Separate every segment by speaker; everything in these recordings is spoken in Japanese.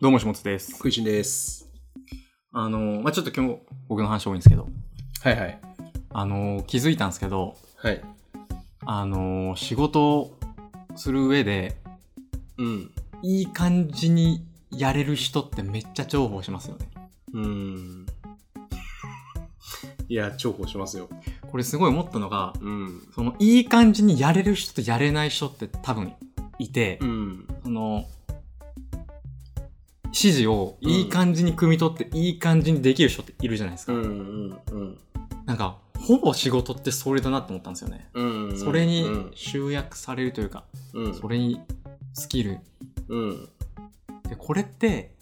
Speaker 1: どうも、しもつです。
Speaker 2: 食いしんです。
Speaker 1: あの、まあ、ちょっと今日、僕の話多いんですけど、
Speaker 2: はいはい。
Speaker 1: あの、気づいたんですけど、
Speaker 2: はい。
Speaker 1: あの、仕事をする上で、
Speaker 2: うん。
Speaker 1: いい感じにやれる人ってめっちゃ重宝しますよね。
Speaker 2: うん。いや、重宝しますよ。
Speaker 1: これすごい思ったのが、
Speaker 2: うん。
Speaker 1: その、いい感じにやれる人とやれない人って多分いて、
Speaker 2: うん。
Speaker 1: その、指示をいい感じに汲み取って、いい感じにできる人っているじゃないです
Speaker 2: う
Speaker 1: か。
Speaker 2: んうんうん
Speaker 1: なんか、ほぼ仕事ってそれだなって思ったんですよね。
Speaker 2: うんうん。
Speaker 1: それ
Speaker 2: う
Speaker 1: に
Speaker 2: ん
Speaker 1: 集約されるというか、
Speaker 2: うん
Speaker 1: それにスキル。
Speaker 2: うん。
Speaker 1: で、これって、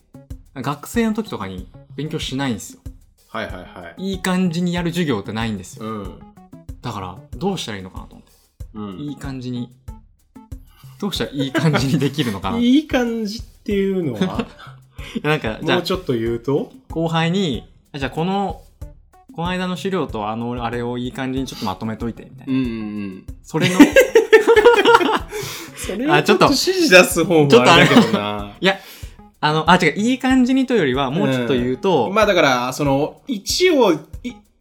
Speaker 1: 学生の時とかに勉強しないんですよ。
Speaker 2: はいはいはい。
Speaker 1: いい感じにやる授業ってないんですよ。
Speaker 2: うん。
Speaker 1: だから、どうしたらいいのかなと思って。
Speaker 2: うん
Speaker 1: いい感じに、どうしたらいい感じにできるのかな。い
Speaker 2: いい感じっていうのは、
Speaker 1: やなん か、じ
Speaker 2: も
Speaker 1: ゃ
Speaker 2: うちょっと言うと、
Speaker 1: あ、後輩に、あじゃあこの、この間の資料とあの、あれをいい感じにちょっとまとめといて、みたいな。
Speaker 2: ん。
Speaker 1: それの、
Speaker 2: それ
Speaker 1: あ
Speaker 2: は
Speaker 1: ち
Speaker 2: ち
Speaker 1: ょ
Speaker 2: ょ
Speaker 1: っと
Speaker 2: っと指示出す方
Speaker 1: ちょっ
Speaker 2: も
Speaker 1: とあ
Speaker 2: あ
Speaker 1: れ
Speaker 2: れだけどな。
Speaker 1: あの、あ、違う、いい感じにというよりは、もうちょっと言うと、
Speaker 2: まあだから、その、1を、い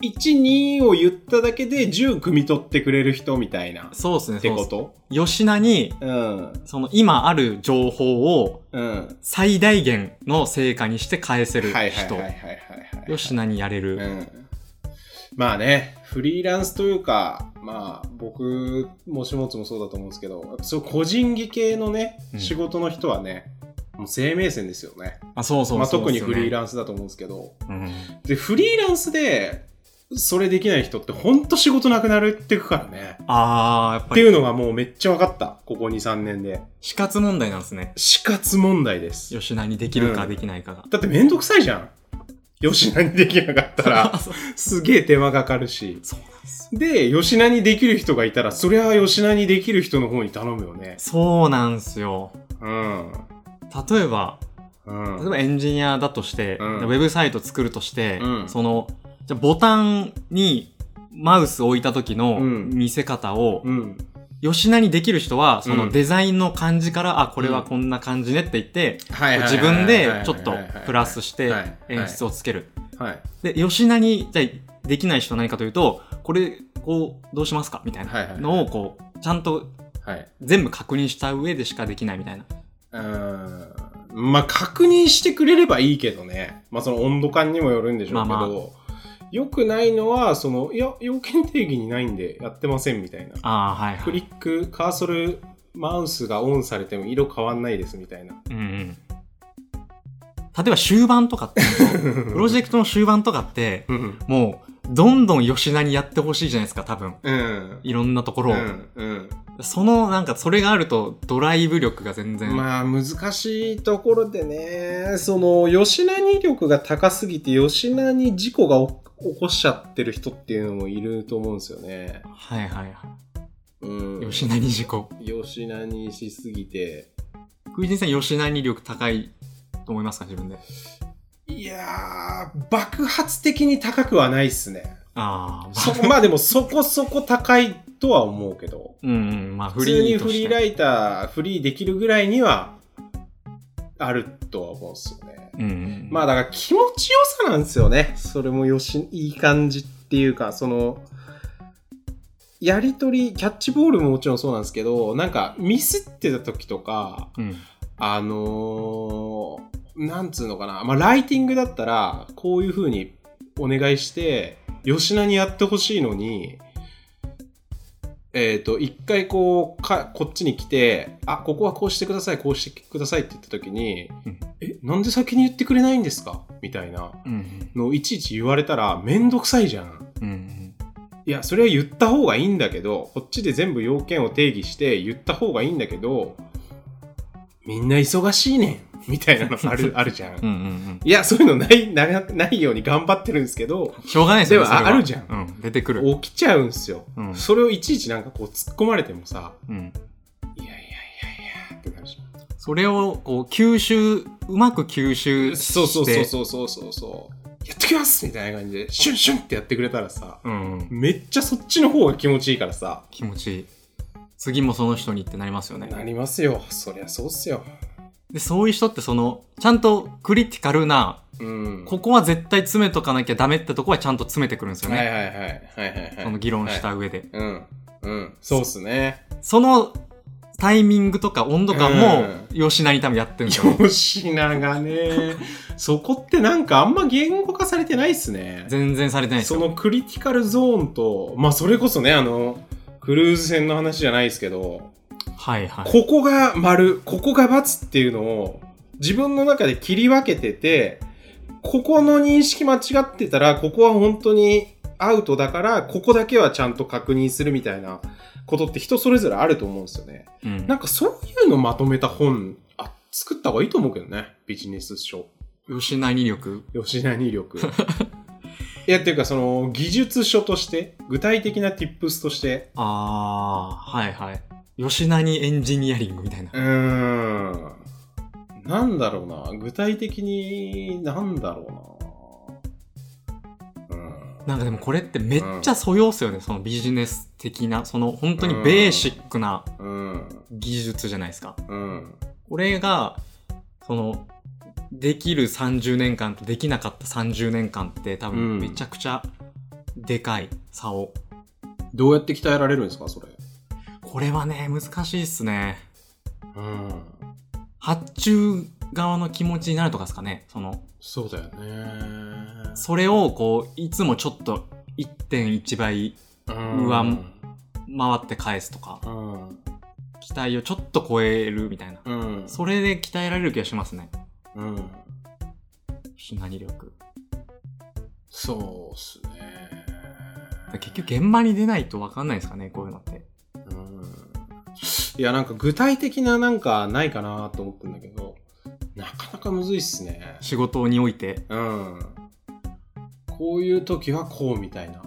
Speaker 2: 1、2を言っただけで10汲み取ってくれる人みたいな。
Speaker 1: そうですね、
Speaker 2: って
Speaker 1: そう
Speaker 2: こ
Speaker 1: っす
Speaker 2: と
Speaker 1: 吉名に、
Speaker 2: うん。
Speaker 1: その今ある情報を
Speaker 2: うん。
Speaker 1: 最大限の成果にして返せる人。
Speaker 2: はいはいはいはいはい、はい。
Speaker 1: 吉名にやれる。
Speaker 2: うん。まあね、フリーランスというか、まあ僕もしもつもそうだと思うんですけど、やっぱそう個人技系のね
Speaker 1: う、ん
Speaker 2: 仕事の人はね、もう生命線ですよね。
Speaker 1: あ、そうそうそう
Speaker 2: まあ特にフリー
Speaker 1: ン
Speaker 2: ランスだと思うんですけど。
Speaker 1: ス。うん
Speaker 2: で、フリーランスで、それできない人ってほんと仕事なくなるってくからね。
Speaker 1: あー、やっ
Speaker 2: っ
Speaker 1: ぱ
Speaker 2: て
Speaker 1: り
Speaker 2: いうのがもうめっちゃ分かった。ここ2、3年で。
Speaker 1: 死活問題なんですね。
Speaker 2: 死活問題です。
Speaker 1: 吉名にできるか
Speaker 2: うん
Speaker 1: できないかが。
Speaker 2: だってめんどくさいじゃん。吉田にできなかったら。
Speaker 1: そう
Speaker 2: すげえ手間かかるし。
Speaker 1: そうなんですよ。
Speaker 2: で、吉田にできる人がいたら、それは吉田にできる人の方に頼むよね。
Speaker 1: そうなんですよ。
Speaker 2: うん。
Speaker 1: 例えば、
Speaker 2: う
Speaker 1: 例え
Speaker 2: ん。
Speaker 1: ばエンジニアだとして、
Speaker 2: うん
Speaker 1: ウェブサイト作るとして、
Speaker 2: うん
Speaker 1: その、じゃあボタンにマウス置いた時の
Speaker 2: うん
Speaker 1: 見せ方を、
Speaker 2: うん。
Speaker 1: 吉名にできる人は、そうの
Speaker 2: ん
Speaker 1: デザインの感じから、あ、これはこんな感じねって言って、
Speaker 2: はい
Speaker 1: 自分でちょっとプラスして
Speaker 2: はい
Speaker 1: 演出をつける。
Speaker 2: はい。
Speaker 1: で、吉名に、じゃあできない人は何かというと、これ、こう、どうしますかみたい
Speaker 2: はい
Speaker 1: な
Speaker 2: はい
Speaker 1: のを、こう、ちゃんと
Speaker 2: はい。
Speaker 1: 全部確認した上でしかできないみたいな。
Speaker 2: うん。まあ、確認してくれればいいけどね。まあ、その温度感にもよるんでしょうけど。
Speaker 1: まあま
Speaker 2: よくないのは、その、いや、要件定義にないんでやってませんみたいな。
Speaker 1: ああ、はいは
Speaker 2: クリ
Speaker 1: い。
Speaker 2: ック、カーソル、マウスがオンされても色変わんないですみたいな。
Speaker 1: うんうん。例えば終盤とか っていうと、プロジェクトの終盤とかって、
Speaker 2: うん。
Speaker 1: もう、どんどん吉名にやってほしいじゃないですか、多分。
Speaker 2: うん。
Speaker 1: いろんなところを。
Speaker 2: うん。うん。
Speaker 1: その、なんか、それがあると、ドライブ力が全然。
Speaker 2: まあ難しいところでね、その吉田に力が高すぎて吉田に事故が起起こしちゃってる人っていうのもいると思うんですよね。
Speaker 1: はいはいは
Speaker 2: うん。
Speaker 1: い。吉成事故。
Speaker 2: 吉田にしすぎて。
Speaker 1: クイジンさん、吉成力高いと思いますか、自分で。
Speaker 2: いやー、爆発的に高くはないっす ね。
Speaker 1: ああ、
Speaker 2: そこまあでもそこそこ高いとは思うけど。
Speaker 1: うんうん、まあ、
Speaker 2: 普
Speaker 1: フ
Speaker 2: 通
Speaker 1: リ
Speaker 2: に
Speaker 1: ーと
Speaker 2: フ
Speaker 1: し
Speaker 2: リ
Speaker 1: て。
Speaker 2: ーライター、フリーできるぐらいにはあるとは思うんですよね。
Speaker 1: うんうん、
Speaker 2: まあだから気持ちよさなんですよね。それもよし、いい感じっていうか、その、やりとり、キャッチボールももちろんそうなんですけど、なんかミスってた時とか、
Speaker 1: うん。
Speaker 2: あのーなんつうのかな、まあライティングだったら、こういう風にお願いして、吉田にやってほしいのに、えっ、と、一回こう、か、こっちに来て、あ、ここはこうしてください、こうしてくださいって言った時に、
Speaker 1: うん
Speaker 2: え、なんで先に言ってくれないんですかみたいな
Speaker 1: うん
Speaker 2: のをいちいち言われたら、めんどくさいじゃん。
Speaker 1: うん。うん
Speaker 2: いや、それは言った方がいいんだけど、こっちで全部要件を定義して言った方がいいんだけど、みんな忙しいねんみた いなのある、あるじゃ。
Speaker 1: うんうんんうん。
Speaker 2: いや、そういうのない、なないように頑張ってるんですけど、
Speaker 1: しょうがないですよね。
Speaker 2: でも
Speaker 1: それ
Speaker 2: あるじゃん
Speaker 1: うん、出てくる。
Speaker 2: 起きちゃうんすよ。
Speaker 1: うん
Speaker 2: それをいちいちなんかこう突っ込まれてもさ、
Speaker 1: うん。
Speaker 2: いやいやいやいやってなるじゃん。
Speaker 1: それを、こう、吸収、うまく吸収して。
Speaker 2: そうそうそうそうそうそうそう。やってきますみたいな感じで、シュンシュンってやってくれたらさ、
Speaker 1: う。うんうん。
Speaker 2: めっちゃそっちの方が気持ちいいからさ、
Speaker 1: 気持ちいい。次もその人にってなりますよね。
Speaker 2: なりますよ。そりゃそうっすよ。
Speaker 1: で、そういう人ってその、ちゃんとクリティカルな、
Speaker 2: うん。
Speaker 1: ここは絶対詰めとかなきゃダメってとこはちゃんと詰めてくるんですよ
Speaker 2: はい
Speaker 1: ね。
Speaker 2: はいはい。はいはいはい。
Speaker 1: その議論した上で。
Speaker 2: うん。うん。そうっすね。
Speaker 1: そのタイミングとか温度感も
Speaker 2: うん、
Speaker 1: 吉成多分やってるんですよ。
Speaker 2: 吉永ね。そこってなんかあんま言語化されてないっすね。
Speaker 1: 全然されてないです
Speaker 2: そ
Speaker 1: よ。
Speaker 2: のクリティカルゾーンと、まあそれこそね、あの、クルーズ船の話じゃないですけど、
Speaker 1: はいはい。
Speaker 2: ここが丸、ここが×っていうのを自分の中で切り分けてて、ここの認識間違ってたら、ここは本当にアウトだから、ここだけはちゃんと確認するみたいなことって人それぞれあると思うんですよね。
Speaker 1: うん
Speaker 2: なんかそういうのまとめた本、あ、作った方がいいと思うけどね。ビジネス書。
Speaker 1: 吉成力。
Speaker 2: 吉成力。 いや、っていうかその、技術書として、具体的な tips として、
Speaker 1: あー、はいはい。吉成エンジニアリングみたいな
Speaker 2: う。ーん、なんだろうな。具体的に、なんだろうな。うん。
Speaker 1: なんかでもこれってめっちゃ素養っすよね、そのビジネス的な、その本当にベーシックな
Speaker 2: うん。
Speaker 1: 技術じゃないですか。
Speaker 2: うん。
Speaker 1: 俺が、その、できる30年間とできなかった30年間って多
Speaker 2: う
Speaker 1: 分
Speaker 2: ん
Speaker 1: めちゃくちゃでかい差を。
Speaker 2: どうやって鍛えられるんですか、それ。
Speaker 1: これはね、難しいっすね。
Speaker 2: うん。
Speaker 1: 発注側の気持ちになるとかですかね。その、
Speaker 2: そうだよね。
Speaker 1: それをこう、いつもちょっと1.1倍
Speaker 2: うん
Speaker 1: うわ回って返すとか、
Speaker 2: うん。
Speaker 1: 期待をちょっと超えるみたいな。
Speaker 2: うん。
Speaker 1: それで鍛えられる気がしますね。
Speaker 2: うん。
Speaker 1: しなり力。
Speaker 2: そうっすね。
Speaker 1: 結局現場に出ないと分かんないですかね、こういうのって。
Speaker 2: うんいや、なんか具体的ななんかないかなと思ったんだけど、なかなかむずいっすね。
Speaker 1: 仕事において。
Speaker 2: うん。こういう時はこうみたいな。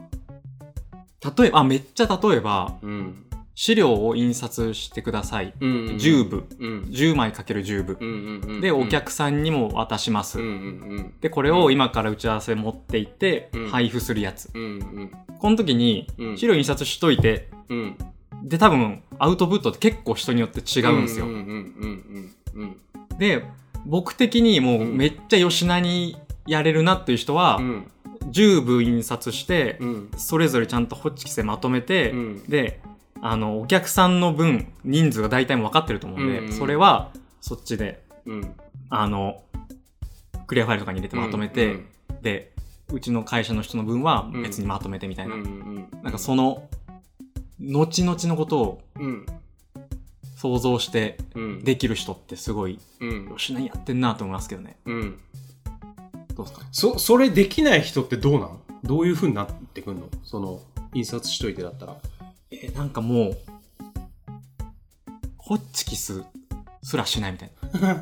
Speaker 1: 例えば、あ、めっちゃ例えば、
Speaker 2: うん。
Speaker 1: 資料を印刷してください。
Speaker 2: うん、
Speaker 1: 10部。
Speaker 2: うん。
Speaker 1: 10枚かける10部
Speaker 2: う。んうんうん。
Speaker 1: で、お客さんにも渡します。
Speaker 2: うんうん
Speaker 1: で、これを今から打ち合わせ持っていって
Speaker 2: うん、
Speaker 1: 配布するやつ。
Speaker 2: うん。うんうん
Speaker 1: この時に、
Speaker 2: うん。
Speaker 1: 資料印刷しといて、
Speaker 2: うん。
Speaker 1: で、多分、アウトプットって結構人によって違うんですよ。
Speaker 2: うんうんうんうん
Speaker 1: で、僕的にもうめっちゃ吉なにやれるなっていう人は
Speaker 2: うん。う、ん
Speaker 1: 10部印刷して、
Speaker 2: うん。
Speaker 1: それぞれちゃんとホッチキスでまとめて、
Speaker 2: うん
Speaker 1: で、あの、お客さんの分、人数が大体も分かってると思うんで、
Speaker 2: うんうん
Speaker 1: それは、そっちで、
Speaker 2: うん。
Speaker 1: あの、クリアファイルとかに入れてまとめて、
Speaker 2: うん
Speaker 1: で、うちの会社の人の分は別にまとめてみた
Speaker 2: う
Speaker 1: い
Speaker 2: ん
Speaker 1: な。
Speaker 2: うん。
Speaker 1: なんかその、後々のことを
Speaker 2: うん。
Speaker 1: 想像して
Speaker 2: うん。
Speaker 1: できる人ってすごい、
Speaker 2: うん。
Speaker 1: 吉何やってんなと思いますけどね。
Speaker 2: うん。
Speaker 1: どうですか
Speaker 2: そ、それできない人ってどうなんどういう風になってくんのその、印刷しといてだったら。
Speaker 1: え、なんかもう、ホッチキスすらしないみたいな。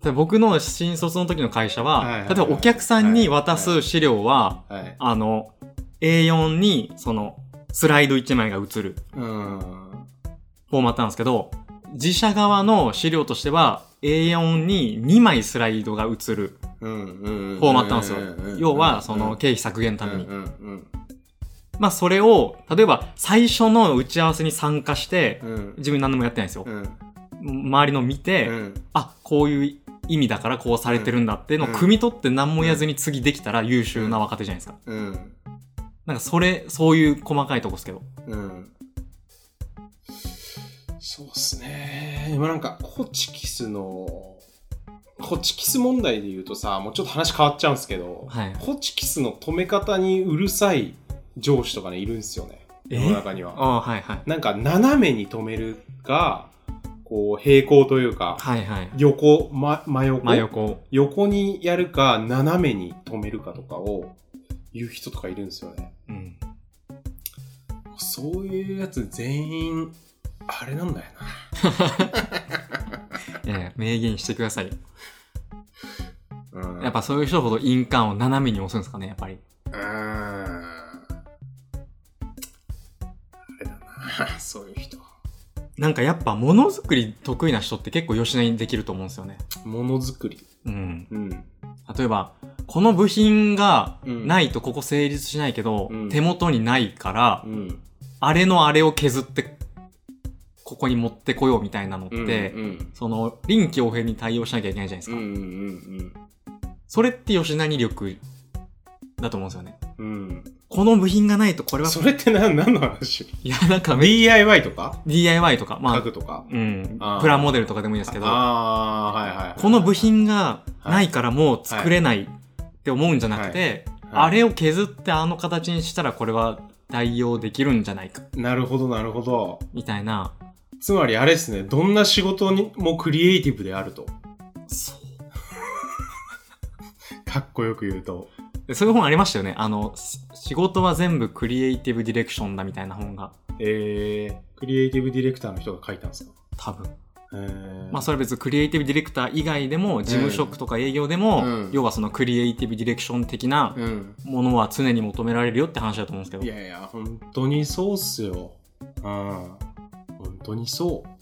Speaker 1: ただ僕の新卒の時の会社は、
Speaker 2: はいはいはい
Speaker 1: 例えばお客さんに渡
Speaker 2: はい
Speaker 1: す
Speaker 2: は
Speaker 1: 資料は、
Speaker 2: はい。
Speaker 1: あの、A4 にそのスライド1枚が映る
Speaker 2: うん。
Speaker 1: フォーマットなんですけど、自社側の資料としては A4 に2枚スライドが映る
Speaker 2: うん。うん。
Speaker 1: フォーマットなんですよ。要はその経
Speaker 2: 経
Speaker 1: 費削減のために
Speaker 2: う。ん。うん。
Speaker 1: まあそれを、例えば最初の打ち合わせに参加して、
Speaker 2: うん。
Speaker 1: 自分何でもやってないんですよ
Speaker 2: う。ん。
Speaker 1: 周りの見
Speaker 2: う
Speaker 1: て、
Speaker 2: ん。
Speaker 1: あ、こういう意味だからこうされてるんだっていうのを汲み取って何も言わずに次できたら優秀な若手じゃないですか。
Speaker 2: うん。
Speaker 1: なんかそれ、そういう細かいとこですけど。
Speaker 2: うん。そうっすね。今なんか、ホチキスの、ホチキス問題で言うとさ、もうちょっと話変わっちゃうんですけど、
Speaker 1: はい
Speaker 2: ホチキスの止め方にうるさい上司とかね、いるんですよね。
Speaker 1: え
Speaker 2: 世の中に
Speaker 1: あ
Speaker 2: は。
Speaker 1: あ、はいはい。
Speaker 2: なんか、斜めに止めるが、こう、平行というか、
Speaker 1: はいはい。
Speaker 2: 横、ま、真横
Speaker 1: 真横。
Speaker 2: 横にやるか、斜めに止めるかとかを言う人とかいるんですよね。
Speaker 1: うん。
Speaker 2: そういうやつ全員、あれなんだよな。
Speaker 1: いやいや、明言してください。
Speaker 2: うん
Speaker 1: やっぱそういう人ほど印鑑を斜めに押すんですかね、やっぱり。
Speaker 2: うーんあれだな そういう人
Speaker 1: なんかやっぱものづくり得意な人って結構吉野にできると思うんですよね。
Speaker 2: ものづくり
Speaker 1: うん。
Speaker 2: うん
Speaker 1: 例えば、この部品が
Speaker 2: うん
Speaker 1: ないとここ成立しないけど、
Speaker 2: うん
Speaker 1: 手元にないから、
Speaker 2: うん。
Speaker 1: あれのあれを削って、ここに持ってこようみたいなのって、
Speaker 2: うんうん
Speaker 1: その、臨機応変に対応しなきゃいけないじゃないです
Speaker 2: うん
Speaker 1: か。
Speaker 2: うん
Speaker 1: それって吉成力だと思うんですよね。
Speaker 2: うんうん。
Speaker 1: この部品がないとこれは、
Speaker 2: それって何何の 話
Speaker 1: いや、なんかめ
Speaker 2: ?DIY とか
Speaker 1: DIY とか、ま
Speaker 2: 家
Speaker 1: あ、
Speaker 2: 具とか
Speaker 1: うん
Speaker 2: あー、
Speaker 1: プラモデルとかでもいいですけど、
Speaker 2: ああ、はいはい。
Speaker 1: この部品がないからもう作れないって思うんじゃなくて、あれを削ってあの形にしたらこれは代用できるんじゃないか、
Speaker 2: なるほど、なるほど。
Speaker 1: みたいな。
Speaker 2: つまりあれですね、どんな仕事にもクリエイティブであると。
Speaker 1: そう。
Speaker 2: かっこよく言うと。
Speaker 1: でそういう本ありましたよね。あの、し仕事は全部クリエイティブディレクションだみたいな本が、
Speaker 2: えー、クリエイティブディレクターの人が書いたんですか
Speaker 1: 多分。
Speaker 2: えー、
Speaker 1: まあそれは別にクリエイティブディレクター以外でも、事務職とか営業でも、
Speaker 2: うん
Speaker 1: 要はそのクリエイティブディレクション的な
Speaker 2: うん。
Speaker 1: ものは常に求められるよって話だと思うんですけど
Speaker 2: い。やいや、本当にそうっすよ。うん。本当にそう。うん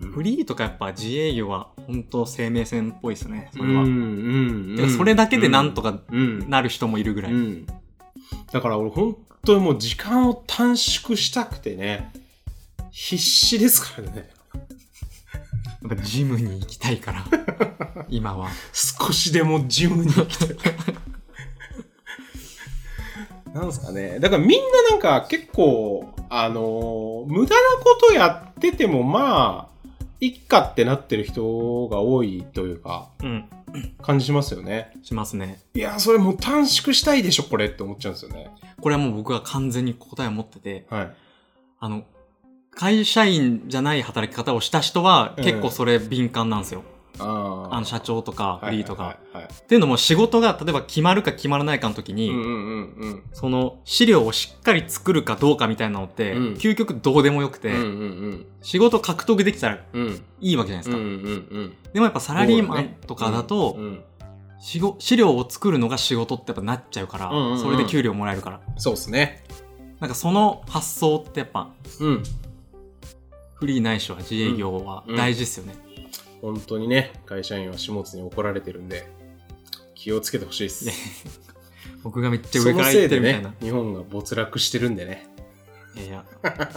Speaker 1: フリーとかやっぱ自営業は本当生命線っぽいですね。それ
Speaker 2: う
Speaker 1: は。
Speaker 2: ん、
Speaker 1: て
Speaker 2: う
Speaker 1: か
Speaker 2: ん。
Speaker 1: それだけでなんと
Speaker 2: か、
Speaker 1: か
Speaker 2: うん。
Speaker 1: なる人もいるぐらい。
Speaker 2: うん。だから俺本当にもう時間を短縮したくてね、必死ですからね。
Speaker 1: やっぱジムに行きたい から。今は。
Speaker 2: 少しでもジムに行きたい。なんですかね。だからみんななんか結構、あのー無駄なことやっててもまあ、いっかってなってる人が多いというか、
Speaker 1: うん。
Speaker 2: 感じしますよね。
Speaker 1: しますね。
Speaker 2: いや、それもう短縮したいでしょ、これって思っちゃうんですよね。
Speaker 1: これはもう僕は完全に答えを持ってて、
Speaker 2: はい。
Speaker 1: あの、会社員じゃない働き方をした人は
Speaker 2: うん
Speaker 1: 結構それ敏感なんですよ。
Speaker 2: あー
Speaker 1: あの社長とかフリーとか。。
Speaker 2: はいはいはいはい
Speaker 1: っていうのも仕事が例えば決まるか決まらないかの時に、
Speaker 2: うんうんうんうん。
Speaker 1: その資料をしっかり作るかどうかみたいなのって、
Speaker 2: うん
Speaker 1: 究極どうでもよくて、
Speaker 2: うんうん
Speaker 1: 仕事獲得できたら
Speaker 2: うんうん
Speaker 1: いいわけじゃないで
Speaker 2: う
Speaker 1: すか。
Speaker 2: んうんうん
Speaker 1: でもやっぱサラリーマンとかだと、
Speaker 2: うんうん
Speaker 1: しご資料を作るのが仕事ってやっぱなっちゃうから、
Speaker 2: うんうんうん
Speaker 1: それで給料もらえるから。
Speaker 2: そうっすね
Speaker 1: なんかその発想ってやっぱ、
Speaker 2: うん
Speaker 1: フリーないしは自営業は
Speaker 2: うん
Speaker 1: 大事ですよね。
Speaker 2: 本当にね会社員は始末に怒られてるんで気をつけてほしいっす
Speaker 1: いや僕がめっちゃ
Speaker 2: そ
Speaker 1: 上か
Speaker 2: の
Speaker 1: ら
Speaker 2: せ
Speaker 1: 言っ
Speaker 2: い
Speaker 1: て
Speaker 2: で
Speaker 1: るみたい
Speaker 2: ね
Speaker 1: な。
Speaker 2: 日本が没落してるんでね
Speaker 1: いやいや、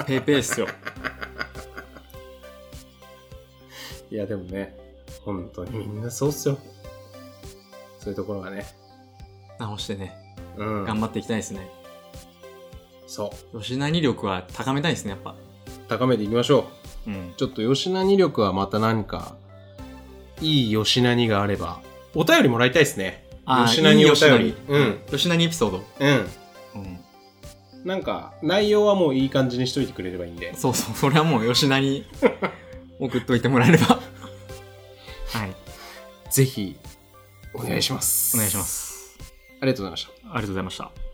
Speaker 1: ペーペーっすよ。
Speaker 2: いやでもね本当にみんなそうっすよそういうところがね
Speaker 1: 直してね、
Speaker 2: うん
Speaker 1: 頑張っていきたいですね。
Speaker 2: そう
Speaker 1: 吉成力は高めたいですね、やっぱ。
Speaker 2: 高めていきましょ
Speaker 1: うん
Speaker 2: う。ちょっと吉に力はまた何かいい吉にがあればお便りもらいたいっすね
Speaker 1: あー
Speaker 2: 吉成
Speaker 1: いい
Speaker 2: お便り
Speaker 1: 吉成
Speaker 2: うん
Speaker 1: 吉成エピソード。
Speaker 2: うん
Speaker 1: うん。
Speaker 2: なんか、内容はもういい感じにしといてくれればいいんで。
Speaker 1: そうそう、それはもう吉成送っといてもらえれば。はい、
Speaker 2: ぜひ、お願いします。
Speaker 1: お願いしま。す。
Speaker 2: ありがとうございました。
Speaker 1: ありがとうございました。